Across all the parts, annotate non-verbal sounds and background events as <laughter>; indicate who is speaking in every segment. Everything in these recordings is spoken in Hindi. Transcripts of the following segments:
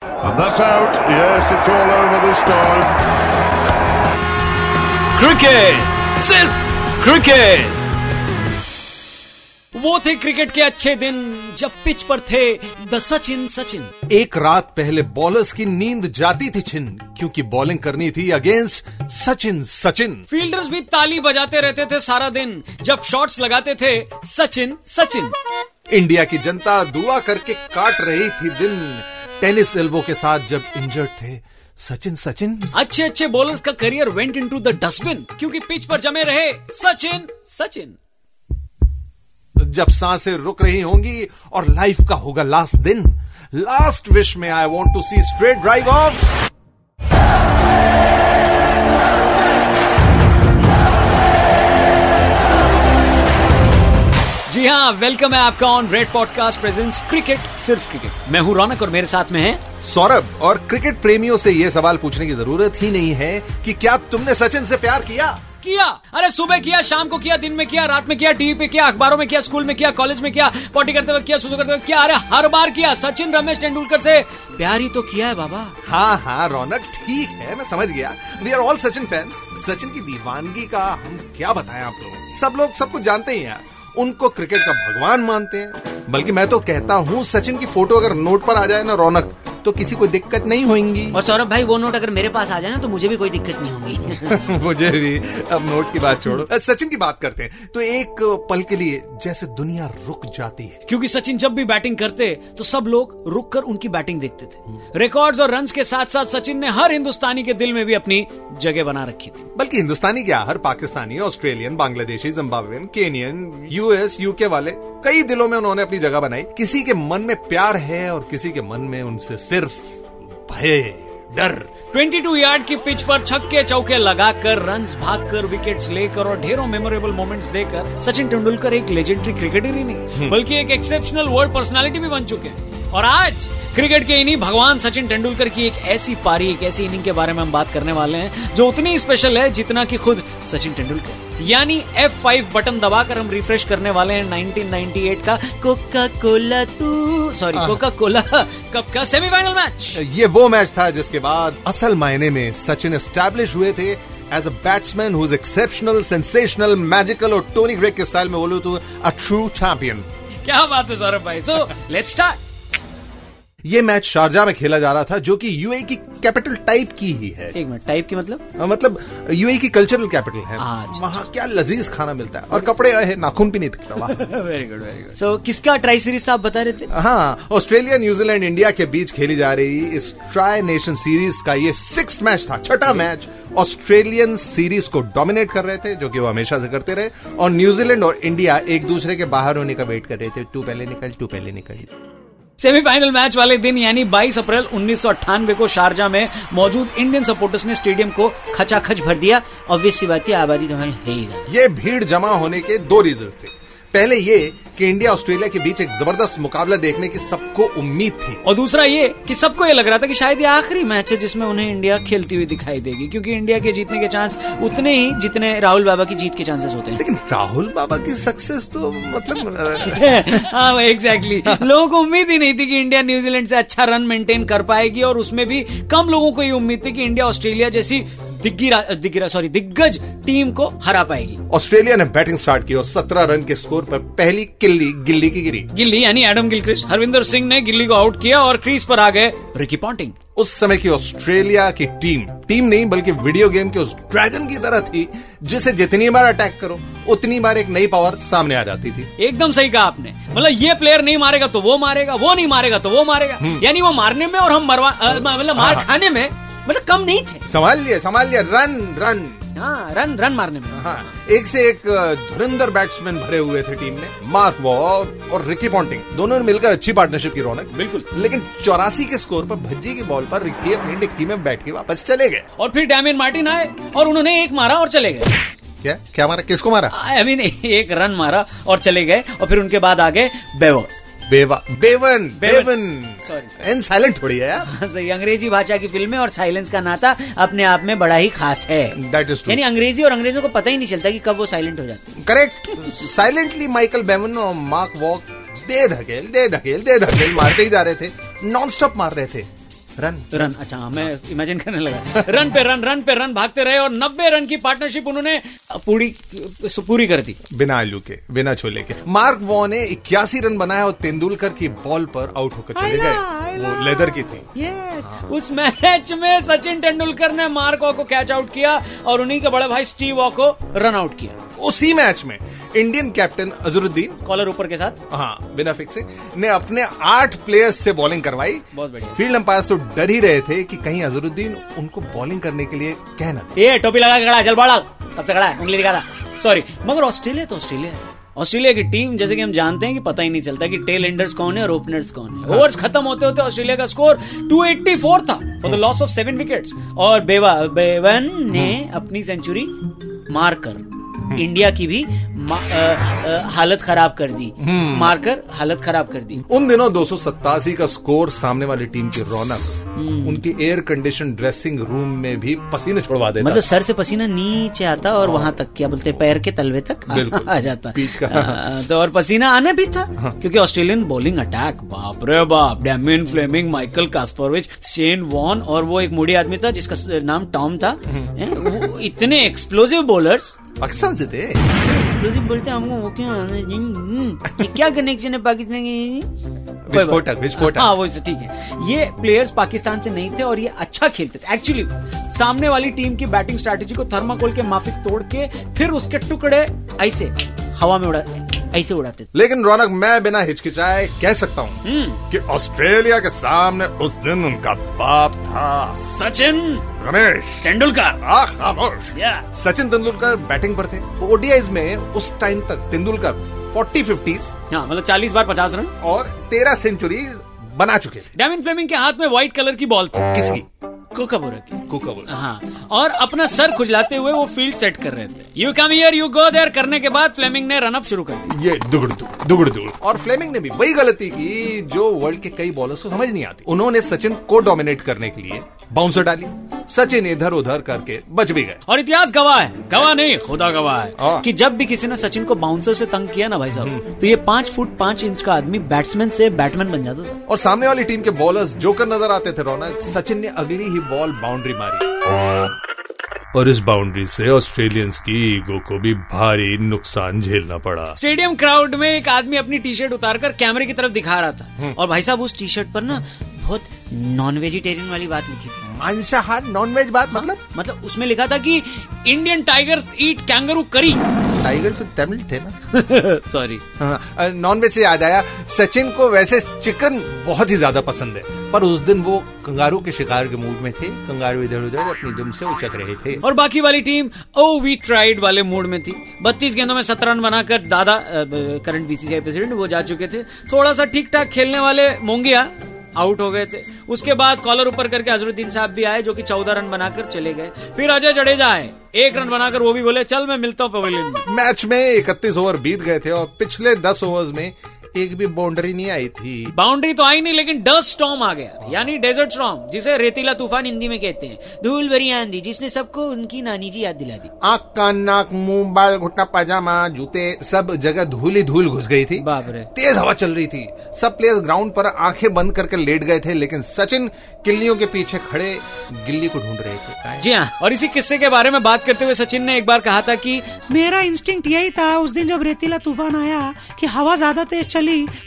Speaker 1: And that's out. Yes, it's all over this time.
Speaker 2: Cricket सिर्फ क्रिकेट
Speaker 3: वो थे क्रिकेट के अच्छे दिन जब पिच पर थे द सचिन सचिन
Speaker 4: एक रात पहले बॉलर्स की नींद जाती थी छिन क्योंकि बॉलिंग करनी थी अगेंस्ट सचिन सचिन
Speaker 3: फील्डर्स भी ताली बजाते रहते थे सारा दिन जब शॉट्स लगाते थे सचिन सचिन
Speaker 4: इंडिया की जनता दुआ करके काट रही थी दिन टेनिस एल्बो के साथ जब इंजर्ड थे सचिन सचिन
Speaker 3: अच्छे अच्छे बॉलर्स का career went into the dustbin क्योंकि पिच पर जमे रहे सचिन सचिन
Speaker 4: जब सांसें रुक रही होंगी और लाइफ का होगा लास्ट दिन लास्ट विश में I want to see straight drive of
Speaker 3: जी हाँ वेलकम है आपका on red podcast presents cricket सिर्फ क्रिकेट मैं हूँ रौनक और मेरे साथ में है
Speaker 4: सौरभ और क्रिकेट प्रेमियों से यह सवाल पूछने की जरूरत ही नहीं है कि क्या तुमने सचिन से प्यार किया
Speaker 3: किया अरे सुबह किया शाम को किया दिन में किया रात में किया टीवी पे किया अखबारों में किया स्कूल में किया कॉलेज में किया पॉटी करते वक्त किया सुसु करते वक्त किया अरे हर बार किया सचिन रमेश तेंदुलकर से प्यार ही तो किया है बाबा
Speaker 4: हाँ हाँ रौनक ठीक है मैं समझ गया we are all Sachin fans Sachin की दीवानगी का हम क्या बताएं आप लोगों को? सब लोग सब कुछ जानते हैं यार उनको क्रिकेट का भगवान मानते हैं बल्कि मैं तो कहता हूँ सचिन की फोटो अगर नोट पर आ जाए ना रौनक तो किसी को दिक्कत नहीं होगी
Speaker 5: और सौरभ भाई वो नोट अगर मेरे पास आ जाए ना तो मुझे भी कोई दिक्कत नहीं होगी <laughs>
Speaker 4: <laughs> मुझे भी अब नोट की बात छोड़ो सचिन की बात करते हैं तो एक पल के लिए जैसे दुनिया रुक जाती है
Speaker 3: क्योंकि सचिन जब भी बैटिंग करते तो सब लोग रुक कर उनकी बैटिंग देखते थे रिकॉर्ड्स और रन्स के साथ साथ सचिन ने हर हिंदुस्तानी के दिल में भी अपनी जगह बना रखी थी
Speaker 4: बल्कि हिंदुस्तानी क्या हर Pakistani Australian Bangladeshi Zimbabwean Kenyan US UK वाले कई दिलों में उन्होंने अपनी जगह बनाई किसी के मन में प्यार है और किसी के मन में उनसे सिर्फ भय डर
Speaker 3: 22 यार्ड की पिच पर छक्के चौके लगाकर रन्स भागकर विकेट्स लेकर और ढेरों मेमोरेबल मोमेंट्स देकर सचिन तेंदुलकर एक लेजेंडरी क्रिकेटर ही नहीं बल्कि एक एक्सेप्शनल वर्ल्ड पर्सनालिटी भी बन चुके हैं और आज क्रिकेट के इन्हीं भगवान सचिन तेंदुलकर की एक ऐसी पारी एक ऐसी इनिंग के बारे में हम बात करने वाले हैं जो उतनी स्पेशल है जितना कि खुद सचिन तेंदुलकर यानी F5 बटन दबाकर हम रिफ्रेश करने वाले हैं 1998 का कोका कोला तू सॉरी कोका कोला <laughs> कप का सेमीफाइनल मैच
Speaker 4: ये वो मैच था जिसके बाद असल मायने में सचिन एस्टैब्लिश हुए थे as a batsman whose exceptional sensational magical और टोनी ग्रेग के स्टाइल में बोलो तो अ ट्रू चैंपियन
Speaker 3: क्या बात है सौरभ भाई सो लेट्स स्टार्ट
Speaker 4: ये मैच शारजा में खेला जा रहा था जो कि यूए की कैपिटल टाइप की ही है
Speaker 5: एक मिनट टाइप की मतलब
Speaker 4: अ, मतलब यूए की कल्चरल कैपिटल है
Speaker 5: अच्छा।
Speaker 4: वहाँ क्या लजीज खाना मिलता है और कपड़े है नाखून भी नहीं दिखता वहाँ <laughs>
Speaker 3: very good very good
Speaker 5: so किसका ट्राई सीरीज था आप बता रहे थे
Speaker 4: हाँ ऑस्ट्रेलिया न्यूजीलैंड इंडिया के बीच खेली जा रही इस ट्राई नेशन सीरीज का ये सिक्स मैच था छठा मैच ऑस्ट्रेलियन सीरीज को डोमिनेट कर रहे थे जो कि वो हमेशा से करते रहे और न्यूजीलैंड और इंडिया एक दूसरे के बाहर होने का वेट कर रहे थे तू पहले निकल तू पहले निकल
Speaker 3: सेमीफाइनल मैच वाले दिन यानी 22 अप्रैल 1998 को शारजा में मौजूद इंडियन सपोर्टर्स ने स्टेडियम को खचाखच भर दिया
Speaker 5: ऑब्वियस सी बात है आबादी तो हमारी है ही ज्यादा।
Speaker 4: ये भीड़ जमा होने के दो रीजन थे पहले ये कि इंडिया ऑस्ट्रेलिया के बीच एक जबरदस्त मुकाबला देखने की सबको उम्मीद थी
Speaker 3: और दूसरा ये कि सबको ये लग रहा था कि शायद
Speaker 5: शायद ये आखिरी मैच है जिसमें उन्हें इंडिया खेलती हुई दिखाई देगी क्योंकि इंडिया के जीतने के चांस उतने ही जितने राहुल बाबा की जीत के चांसेस होते
Speaker 4: लेकिन राहुल बाबा की सक्सेस तो मतलब अ,
Speaker 5: हैं
Speaker 3: <laughs> हाँ एग्जैक्टली लोगों को उम्मीद ही नहीं थी कि इंडिया न्यूजीलैंड से अच्छा रन मेंटेन कर पाएगी और उसमें भी कम लोगों को ये उम्मीद थी कि इंडिया ऑस्ट्रेलिया जैसी दिग्गिरा दिग्गिरा सॉरी दिग्गज टीम को हरा पाएगी
Speaker 4: ऑस्ट्रेलिया ने बैटिंग स्टार्ट की और 17 रन के स्कोर पर पहली किल्ली गिल्ली की गिरी
Speaker 3: गिल्ली यानी एडम गिलक्रिस्ट हरविंदर सिंह ने गिल्ली को आउट किया और क्रीज पर आ गए रिकी पॉन्टिंग
Speaker 4: उस समय की ऑस्ट्रेलिया की टीम टीम नहीं बल्कि वीडियो गेम के उस ड्रैगन की तरह थी जिसे जितनी बार अटैक करो उतनी बार एक नई पावर सामने आ जाती थी
Speaker 3: एकदम सही कहा आपने मतलब ये प्लेयर नहीं मारेगा तो वो मारेगा वो नहीं मारेगा तो वो मारेगा यानी वो मारने में और हम मरवा अ, म- मतलब मार खाने में मतलब कम नहीं थे
Speaker 4: संभाल लिया संभाल लिया रन रन
Speaker 3: हाँ रन रन मारने में
Speaker 4: हाँ एक से एक अ, धुरंधर बैट्समैन भरे हुए थे टीम में मार्क वॉर और रिकी पॉन्टिंग दोनों ने मिलकर अच्छी पार्टनरशिप की रौनक
Speaker 3: बिल्कुल।
Speaker 4: लेकिन चौरासी के स्कोर पर भज्जी की बॉल पर रिकी अपनी डिक्की में बैठ के वापस चले गए
Speaker 3: और फिर डैमिन मार्टिन आए और उन्होंने एक मारा और चले गए
Speaker 4: क्या क्या मारा किसको मारा
Speaker 3: आई मीन <laughs> एक रन मारा और चले गए और फिर उनके बाद आ गए <laughs> बेवर
Speaker 4: बेवा Bevan Bevan
Speaker 3: Bevan. Sorry.
Speaker 4: N silent थोड़ी है यार
Speaker 5: सही अंग्रेजी भाषा की फिल्में और साइलेंस का नाता अपने आप में बड़ा ही खास है
Speaker 4: That is true.
Speaker 5: यानी अंग्रेजी और अंग्रेजों को पता ही नहीं चलता कि कब वो साइलेंट हो जाते हैं।
Speaker 4: करेक्ट साइलेंटली माइकल बेमन और मार्क वॉक दे धकेल दे धकेल दे धकेल मारते ही जा रहे थे नॉन स्टॉप मार रहे थे रन
Speaker 3: रन अच्छा हाँ, मैं इमेजिन करने
Speaker 4: <laughs>
Speaker 3: लगा रन पे रन रन पे रन भागते रहे और नब्बे रन की पार्टनरशिप उन्होंने पूरी पूरी कर दी
Speaker 4: बिना आलू के बिना छोले के मार्क वॉ ने इक्यासी रन बनाया और तेंदुलकर की बॉल पर आउट होकर चले गए वो लेदर की थी
Speaker 3: यस उस मैच में सचिन तेंदुलकर ने मार्को को कैच आउट किया और उन्हीं के बड़े भाई स्टीव वॉ को रन आउट किया
Speaker 4: उसी मैच में इंडियन कैप्टन अजरुद्दीन
Speaker 3: कॉलर ऊपर के साथ
Speaker 4: हाँ बिना फिक्सिंग ने अपने आठ प्लेयर्स से बॉलिंग करवाई
Speaker 3: बहुत बढ़िया।
Speaker 4: फील्ड अंपायर तो डर ही रहे थे कि कहीं अजरुद्दीन उनको बॉलिंग करने के लिए कहना
Speaker 3: ये टोपी लगा के खड़ा है, चल बड़ा तब से खड़ा है उंगली दिखा था सॉरी मगर ऑस्ट्रेलिया तो ऑस्ट्रेलिया है ऑस्ट्रेलिया की टीम जैसे कि हम जानते हैं कि पता ही नहीं चलता कि टेल एंडर्स कौन है और ओपनर्स कौन है ओवर्स खत्म होते होते ऑस्ट्रेलिया का स्कोर 284 था for the loss of seven wickets और बेवा बेवन ने अपनी सेंचुरी मारकर इंडिया की भी मा- अ, अ, हालत खराब कर दी मारकर हालत खराब कर दी
Speaker 4: उन दिनों दो का स्कोर सामने वाली टीम की
Speaker 3: हम्म।
Speaker 4: रौनक उनके एयर कंडीशन ड्रेसिंग रूम में भी पसीने छोड़वा देता हाँ।
Speaker 3: मतलब सर से पसीना नीचे आता और वहां तक क्या बोलते हैं, पैर के तलवे तक आ-
Speaker 4: बिल्कुल।
Speaker 3: आ जाता
Speaker 4: पीच का। हाँ।
Speaker 3: आ, तो और पसीना आना भी था क्योंकि ऑस्ट्रेलियन बॉलिंग अटैक बाप रे बाप Damien Fleming Michael Kasprowicz Shane Warne और वो एक मुड़ी आदमी था जिसका स- नाम टॉम था
Speaker 4: हम्म।
Speaker 3: हैं, वो इतने एक्सप्लोसिव बॉलर्स
Speaker 4: पाकिस्तान से थे
Speaker 3: एक्सप्लोसिव बोलते हैं हमको वो क्या ये क्या कनेक्शन है पाकिस्तान के कोई बात-
Speaker 4: विस्फोटक विस्फोटक
Speaker 3: हाँ वो ठीक है ये प्लेयर्स पाकिस्तान से नहीं थे और ये अच्छा खेलते थे एक्चुअली सामने वाली टीम की बैटिंग स्ट्रैटेजी को थर्माकोल के माफिक तोड़ के फिर उसके टुकड़े ऐसे हवा में उड़ा ऐसे उड़ाते थे
Speaker 4: लेकिन रौनक मैं बिना हिचकिचाए कह सकता हूँ कि ऑस्ट्रेलिया के सामने उस दिन उनका बाप था
Speaker 3: सचिन
Speaker 4: रमेश
Speaker 3: तेंदुलकर
Speaker 4: आ खामोश
Speaker 3: या
Speaker 4: सचिन तेंदुलकर बैटिंग पर थे ओडीआईज में उस टाइम तक तेंदुलकर 40 फिफ्टीज
Speaker 3: हाँ मतलब चालीस बार पचास रन
Speaker 4: और 13 सेंचुरीज बना चुके थे
Speaker 3: डेमिन फ्लेमिंग के हाथ में व्हाइट कलर की बॉल थी
Speaker 4: किसकी
Speaker 3: कोकाबोरा की
Speaker 4: कुकबुल
Speaker 3: हाँ और अपना सर खुजलाते हुए वो फील्ड सेट कर रहे थे you come here you go there करने के बाद फ्लेमिंग ने रनअप शुरू कर दिया
Speaker 4: ये दुगड़ दुगड़ दुगड़ दुगड़ और फ्लेमिंग ने भी वही गलती की जो वर्ल्ड के कई बॉलर्स को समझ नहीं आती उन्होंने सचिन को डोमिनेट करने के लिए बाउंसर डाली सचिन इधर उधर करके बच भी गए
Speaker 3: और इतिहास गवाह है गवाह नहीं खुदा गवाह है
Speaker 4: हाँ।
Speaker 3: कि जब भी किसी ने सचिन को बाउंसर से तंग किया ना भाई साहब तो ये पांच फुट पांच इंच का आदमी बैट्समैन से बैटमैन बन जाता था
Speaker 4: और सामने वाली टीम के बॉलर्स जोकर नजर आते थे रौनक सचिन ने अगली ही बॉल बाउंड्री मारी और इस बाउंड्री से ऑस्ट्रेलियंस की ईगो को भी भारी नुकसान झेलना पड़ा
Speaker 3: स्टेडियम क्राउड में एक आदमी अपनी टी शर्ट उतार कर कैमरे की तरफ दिखा रहा था और भाई साहब उस टी शर्ट पर ना बहुत नॉन वेजिटेरियन वाली बात लिखी थी
Speaker 4: मांसाहार नॉनवेज बात मतलब
Speaker 3: मतलब उसमें लिखा था कि इंडियन टाइगर्स ईट कैंगरू <laughs> करी
Speaker 4: टाइगर तो तमिल थे ना
Speaker 3: सॉरी
Speaker 4: हाँ, नॉनवेज से याद आया सचिन को वैसे चिकन बहुत ही ज्यादा पसंद है पर उस दिन वो कंगारू के शिकार के मूड में थे कंगारू इधर उधर अपनी दुम से उचक रहे थे
Speaker 3: और बाकी वाली टीम ओ वी ट्राइड वाले मूड में थी बत्तीस गेंदों में सत्रह रन बनाकर दादा करंट बीसीसीआई प्रेसिडेंट वो जा चुके थे थोड़ा सा ठीक ठाक खेलने वाले मोंगिया आउट हो गए थे उसके बाद कॉलर ऊपर करके अजरुद्दीन साहब भी आए जो कि चौदह रन बनाकर चले गए फिर अजय जडेजा आए एक रन बनाकर वो भी बोले चल मैं मिलता हूँ पवेलियन में
Speaker 4: मैच में इकतीस ओवर बीत गए थे और पिछले दस ओवर में एक भी बाउंड्री नहीं आई थी
Speaker 3: बाउंड्री तो आई नहीं लेकिन डस्ट स्टॉर्म आ गया यानी डेजर्ट स्टॉर्म जिसे रेतीला तूफान हिंदी में कहते हैं धूल भरी आंधी जिसने सबको उनकी नानी जी याद दिला दी
Speaker 4: आंख कान नाक मुंह बाल घुटना पाजामा जूते सब जगह धूल ही धूल घुस गई थी
Speaker 3: बाप रे।
Speaker 4: तेज हवा चल रही थी सब प्लेयर्स ग्राउंड पर आंखें बंद करके लेट गए थे लेकिन सचिन किल्लियों के पीछे खड़े गिल्ली को ढूंढ रहे थे
Speaker 3: जी हाँ और इसी किस्से के बारे में बात करते हुए सचिन ने एक बार कहा था कि
Speaker 5: मेरा इंस्टिंक्ट यही था उस दिन जब रेतीला तूफान आया कि हवा ज्यादा तेज चली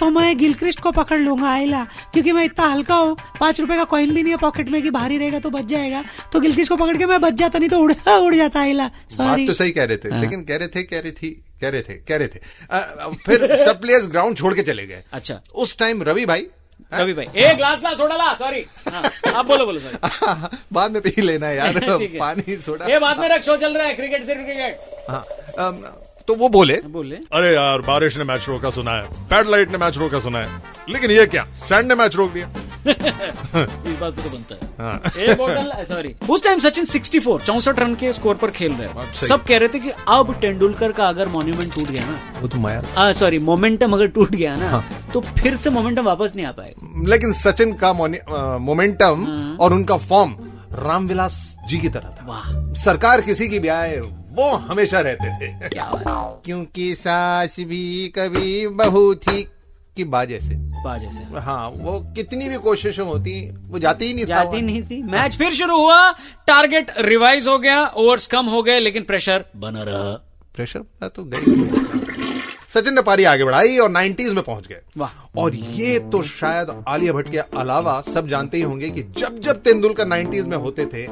Speaker 5: तो मैं गिलक्रिस्ट को पकड़ लूंगा आयला क्योंकि मैं इतना हल्का हूँ पांच रुपए का कॉइन भी नहीं है पॉकेट में कि भारी रहेगा तो बच जाएगा तो गिलक्रिस्ट को पकड़ के मैं बच जाता नहीं तो उड़ <laughs> उड़ जाता आयला
Speaker 4: बात
Speaker 5: सॉरी
Speaker 4: तो सही कह रहे
Speaker 3: हाँ।
Speaker 4: थे लेकिन कह रहे थे कह रही थी कह रहे थे कह रहे थे अ, अ, फिर सब प्लेयर्स ग्राउंड छोड़ के चले गए
Speaker 3: अच्छा।
Speaker 4: उस टाइम रवि भाई <laughs>
Speaker 3: रवि भाई एक ग्लास ना सोडा ला सॉरी हाँ, आप बोलो बोलो सॉरी
Speaker 4: बाद में पी लेना यार
Speaker 3: <laughs> ठीक है।
Speaker 4: पानी सोडा
Speaker 3: ये बात में रख शो चल रहा है क्रिकेट से क्रिकेट
Speaker 4: हाँ, अम, तो वो बोले
Speaker 3: बोले
Speaker 6: अरे यार बारिश ने मैच रोका सुना है पैडलाइट ने मैच रोका सुना है लेकिन ये क्या सैंड ने मैच रोक दिया
Speaker 3: इस बात पे तो बनता है एक बोतल सॉरी उस टाइम सचिन 64 चौसठ रन के स्कोर पर खेल रहे
Speaker 4: सही।
Speaker 3: हैं सब कह रहे थे कि अब तेंदुलकर का अगर मॉन्यूमेंट टूट गया ना
Speaker 4: वो तो माया
Speaker 3: आ, सॉरी मोमेंटम अगर टूट गया ना तो फिर से मोमेंटम वापस नहीं आ पाएगा
Speaker 4: लेकिन सचिन का मोनि- अ, मोमेंटम
Speaker 3: हाँ।
Speaker 4: और उनका फॉर्म रामविलास जी की तरह था
Speaker 3: वाह
Speaker 4: सरकार किसी की भी आए वो हमेशा रहते थे
Speaker 3: क्या बात।
Speaker 4: क्योंकि सास भी कभी बहू थी की बाजे से
Speaker 3: बाजे से
Speaker 4: हाँ वो कितनी भी कोशिशें होती वो जाती ही नहीं था
Speaker 3: जाती नहीं थी मैच फिर शुरू हुआ टारगेट रिवाइज हो गया ओवर्स कम हो गए लेकिन प्रेशर बना रहा
Speaker 4: प्रेशर मैं तो गई सचिन ने पारी आगे बढ़ाई और 90s में पहुंच गए
Speaker 3: वाह।
Speaker 4: और ये तो शायद आलिया भट्ट के अलावा सब जानते ही होंगे कि जब जब तेंदुलकर 90s में होते थे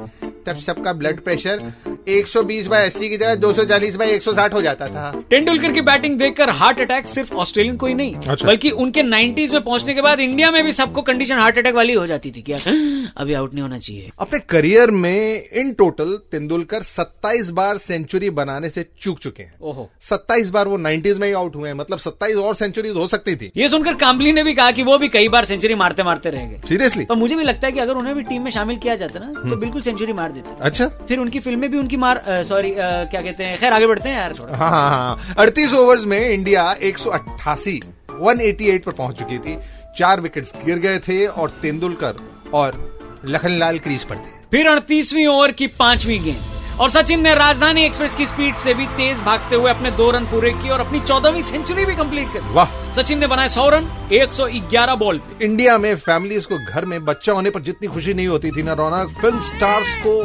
Speaker 4: तब सबका ब्लड प्रेशर 120 बाय 80 की जगह 240 बाय 160 हो जाता था
Speaker 3: तेंदुलकर की बैटिंग देखकर हार्ट अटैक सिर्फ ऑस्ट्रेलियन को ही नहीं
Speaker 6: अच्छा।
Speaker 3: बल्कि उनके 90s में पहुंचने के बाद इंडिया में भी सबको कंडीशन हार्ट अटैक वाली हो जाती थी क्या अभी आउट नहीं होना चाहिए
Speaker 4: अपने करियर में इन टोटल तेंदुलकर 27 बार सेंचुरी बनाने से चूक चुके हैं
Speaker 3: ओहो
Speaker 4: 27 बार वो 90s में ही आउट हुए हैं मतलब 27 और सेंचुरीज हो सकती थी
Speaker 3: ये सुनकर काम्बली ने भी कहा कि वो भी कई बार सेंचुरी मारते मारते रह गए
Speaker 4: सीरियसली
Speaker 3: पर मुझे भी लगता है कि अगर उन्हें भी टीम में शामिल किया जाता ना तो बिल्कुल सेंचुरी मार देते
Speaker 4: अच्छा
Speaker 3: फिर उनकी फिल्म में भी उनकी मार सॉरी क्या कहते हैं खैर आगे बढ़ते हैं यार थोड़ा
Speaker 4: हाँ हाँ अड़तीस ओवर्स में इंडिया 188 188 पर पहुंच चुकी थी चार विकेट्स गिर गए थे और तेंदुलकर और लखनलाल क्रीज पर थे
Speaker 3: फिर अड़तीसवीं ओवर की पांचवी गेंद और सचिन ने राजधानी एक्सप्रेस की स्पीड से भी तेज भागते हुए अपने दो रन पूरे किए और अपनी चौदहवीं सेंचुरी भी कंप्लीट कर दी।
Speaker 4: वाह
Speaker 3: सचिन ने बनाए सौ रन 111 बॉल पे
Speaker 4: इंडिया में फैमिलीज को घर में बच्चा होने पर जितनी खुशी नहीं होती थी ना रौनक फिल्म स्टार्स को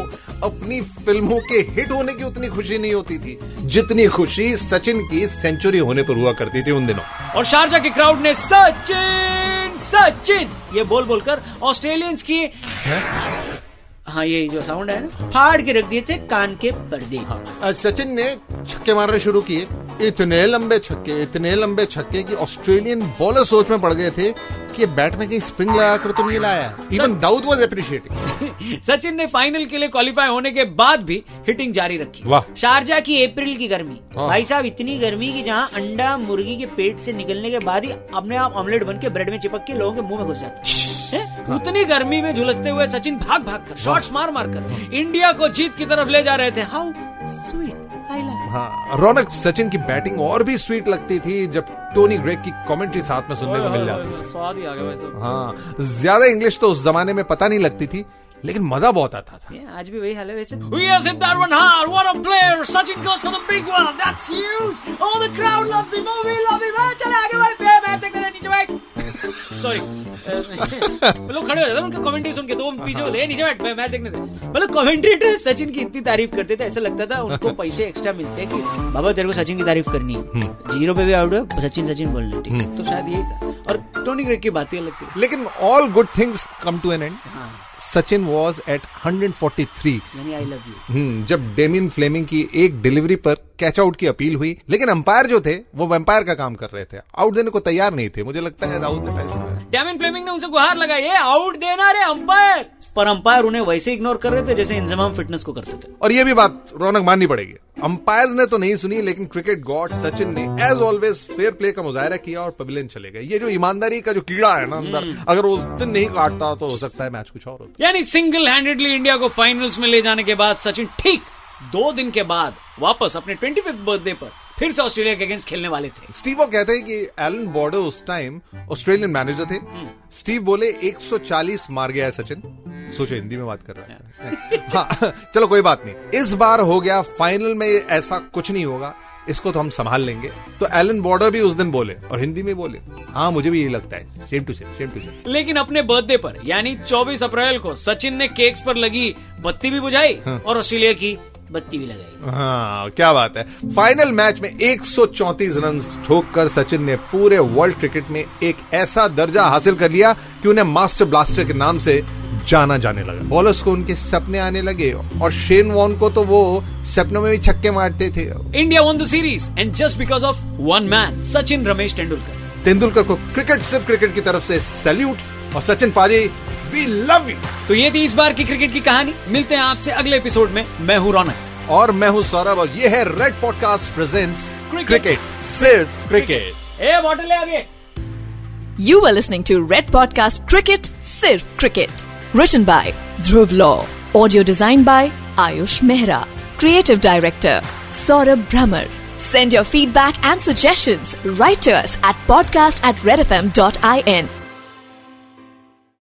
Speaker 4: अपनी फिल्मों के हिट होने की उतनी खुशी नहीं होती थी जितनी खुशी सचिन की सेंचुरी होने पर हुआ करती थी उन दिनों
Speaker 3: और शारजा के क्राउड ने सचिन सचिन ये बोल बोलकर ऑस्ट्रेलियंस की हाँ ये जो साउंड है ना फाड़ के रख दिए थे कान के पर्दे
Speaker 4: आज सचिन ने छक्के मारने शुरू किए इतने लंबे छक्के इतने लंबे छक्के कि ऑस्ट्रेलियन बॉलर सोच में पड़ गए थे कि ये बैट में कहीं स्प्रिंग लगा कर तो नहीं लाया even Dawood was appreciating
Speaker 3: Sachin ने फाइनल के लिए क्वालिफाई होने के बाद भी हिटिंग जारी रखी
Speaker 6: वाह।
Speaker 3: शारजा की अप्रैल की गर्मी
Speaker 4: हाँ।
Speaker 3: भाई साहब इतनी गर्मी कि जहाँ अंडा मुर्गी के पेट से निकलने के बाद ही अपने आप ऑमलेट बन के ब्रेड में चिपक के लोगों के मुंह में घुस जाता है। हैं? उतनी गर्मी में झुलसते हुए सचिन भाग भाग कर शॉट्स मार मार कर इंडिया को जीत की तरफ ले जा रहे थे हाउ स्वीट आई लव
Speaker 4: हाँ रौनक सचिन की बैटिंग और भी स्वीट लगती थी जब टोनी ग्रेग की कमेंट्री साथ में सुनने को मिल जाती थी
Speaker 3: स्वाद ही आ गया भाई साहब।
Speaker 4: हाँ ज्यादा इंग्लिश तो उस जमाने में पता नहीं लगती थी लेकिन मजा बहुत आता था
Speaker 3: Yeah, आज भी वही हाल है वैसे तो। We are Siddhar Vanhar, what a player! Sachin goes for the big one, that's huge! Oh, the crowd loves him, oh, we love him! हाँ, चले आगे बढ़ प्यार ऐसे करे नीचे बैठ सॉरी लोग खड़े हो जाते हैं उनका कमेंट्री सुन के तो वो पीछे बोले "ए, नीचे बैठ मैं मैच देखने दे मतलब कमेंट्रेटर सचिन की इतनी तारीफ करते थे ऐसा लगता था उनको पैसे एक्स्ट्रा मिलते हैं कि बाबा तेरे को सचिन की तारीफ करनी है जीरो पे भी आउट हुआ सचिन सचिन बोलना ठीक है। तो शायद यही था और टोनी ग्रेग की बात ही अलग थी
Speaker 4: लेकिन all good things come to an end Sachin was at 143
Speaker 3: यानी आई लव यू
Speaker 4: हम्म, जब डेमिन फ्लेमिंग की एक डिलीवरी पर कैच आउट की अपील हुई लेकिन अंपायर जो थे वो वैम्पायर का काम कर रहे थे आउट देने को तैयार नहीं थे मुझे लगता है दाऊद ने फैसला
Speaker 3: डैमिन फ्लेमिंग ने उनसे गुहार लगाई "ए, आउट देना रे अंपायर पर अंपायर उन्हें वैसे इग्नोर कर रहे थे जैसे इंजमाम फिटनेस को करते थे
Speaker 4: और ये भी बात रौनक माननी पड़ेगी अंपायर ने तो नहीं सुनी लेकिन क्रिकेट गॉड सचिन ने एज ऑलवेज फेयर प्ले का मुजाहरा किया और पवेलियन चले गए ये जो ईमानदारी का जो कीड़ा है ना अंदर अगर उस दिन नहीं काटता तो हो सकता है मैच कुछ और होता
Speaker 3: यानी सिंगल हैंडेडली इंडिया को फाइनल्स में ले जाने के बाद सचिन ठीक दो दिन के बाद वापस अपने ट्वेंटी बर्थडे पर फिर से ऑस्ट्रेलिया के अगेंस्ट खेलने वाले थे
Speaker 4: स्टीव वो कहते हैं कि एलन बॉर्डर उस टाइम ऑस्ट्रेलियन मैनेजर थे स्टीव बोले 140 मार गया है सचिन सोचो हिंदी में बात कर रहा है हाँ चलो कोई बात नहीं इस बार हो गया फाइनल में ऐसा कुछ नहीं होगा इसको तो हम संभाल लेंगे तो एलन बॉर्डर भी उस दिन बोले और हिंदी में बोले हाँ मुझे भी यही लगता है same to same same to same
Speaker 3: लेकिन अपने बर्थडे पर यानी 24 अप्रैल को सचिन ने केक्स पर लगी बत्ती भी बुझाई और ऑस्ट्रेलिया की बत्ती भी लगाई
Speaker 4: हाँ क्या बात है फाइनल मैच में 134 रन ठोक कर सचिन ने पूरे वर्ल्ड क्रिकेट में एक ऐसा दर्जा हासिल कर लिया कि उन्हें मास्टर ब्लास्टर के नाम से जाना जाने लगा बॉलर्स को उनके सपने आने लगे और शेन वॉन को तो वो सपनों में भी छक्के मारते थे
Speaker 3: India won the series and just because of one man Sachin Ramesh Tendulkar
Speaker 4: Tendulkar को क्रिकेट सिर्फ क्रिकेट की तरफ से सैल्यूट और Sachin paaji we love you
Speaker 3: तो ये थी इस बार की क्रिकेट की कहानी मिलते हैं आपसे अगले एपिसोड में मैं हूं रौनक
Speaker 4: और मैं हूँ सौरभ और ये है Red podcast presents
Speaker 3: cricket.
Speaker 4: Cricket सिर्फ क्रिकेट
Speaker 3: ए बॉटल ले आगे
Speaker 7: You were listening to Red Podcast Cricket, Sirf Cricket. Written by Dhruv Law. Audio designed by Ayush Mehra. Creative Director Saurabh Brahmer. Send your feedback and suggestions right to us at podcast at redfm.in.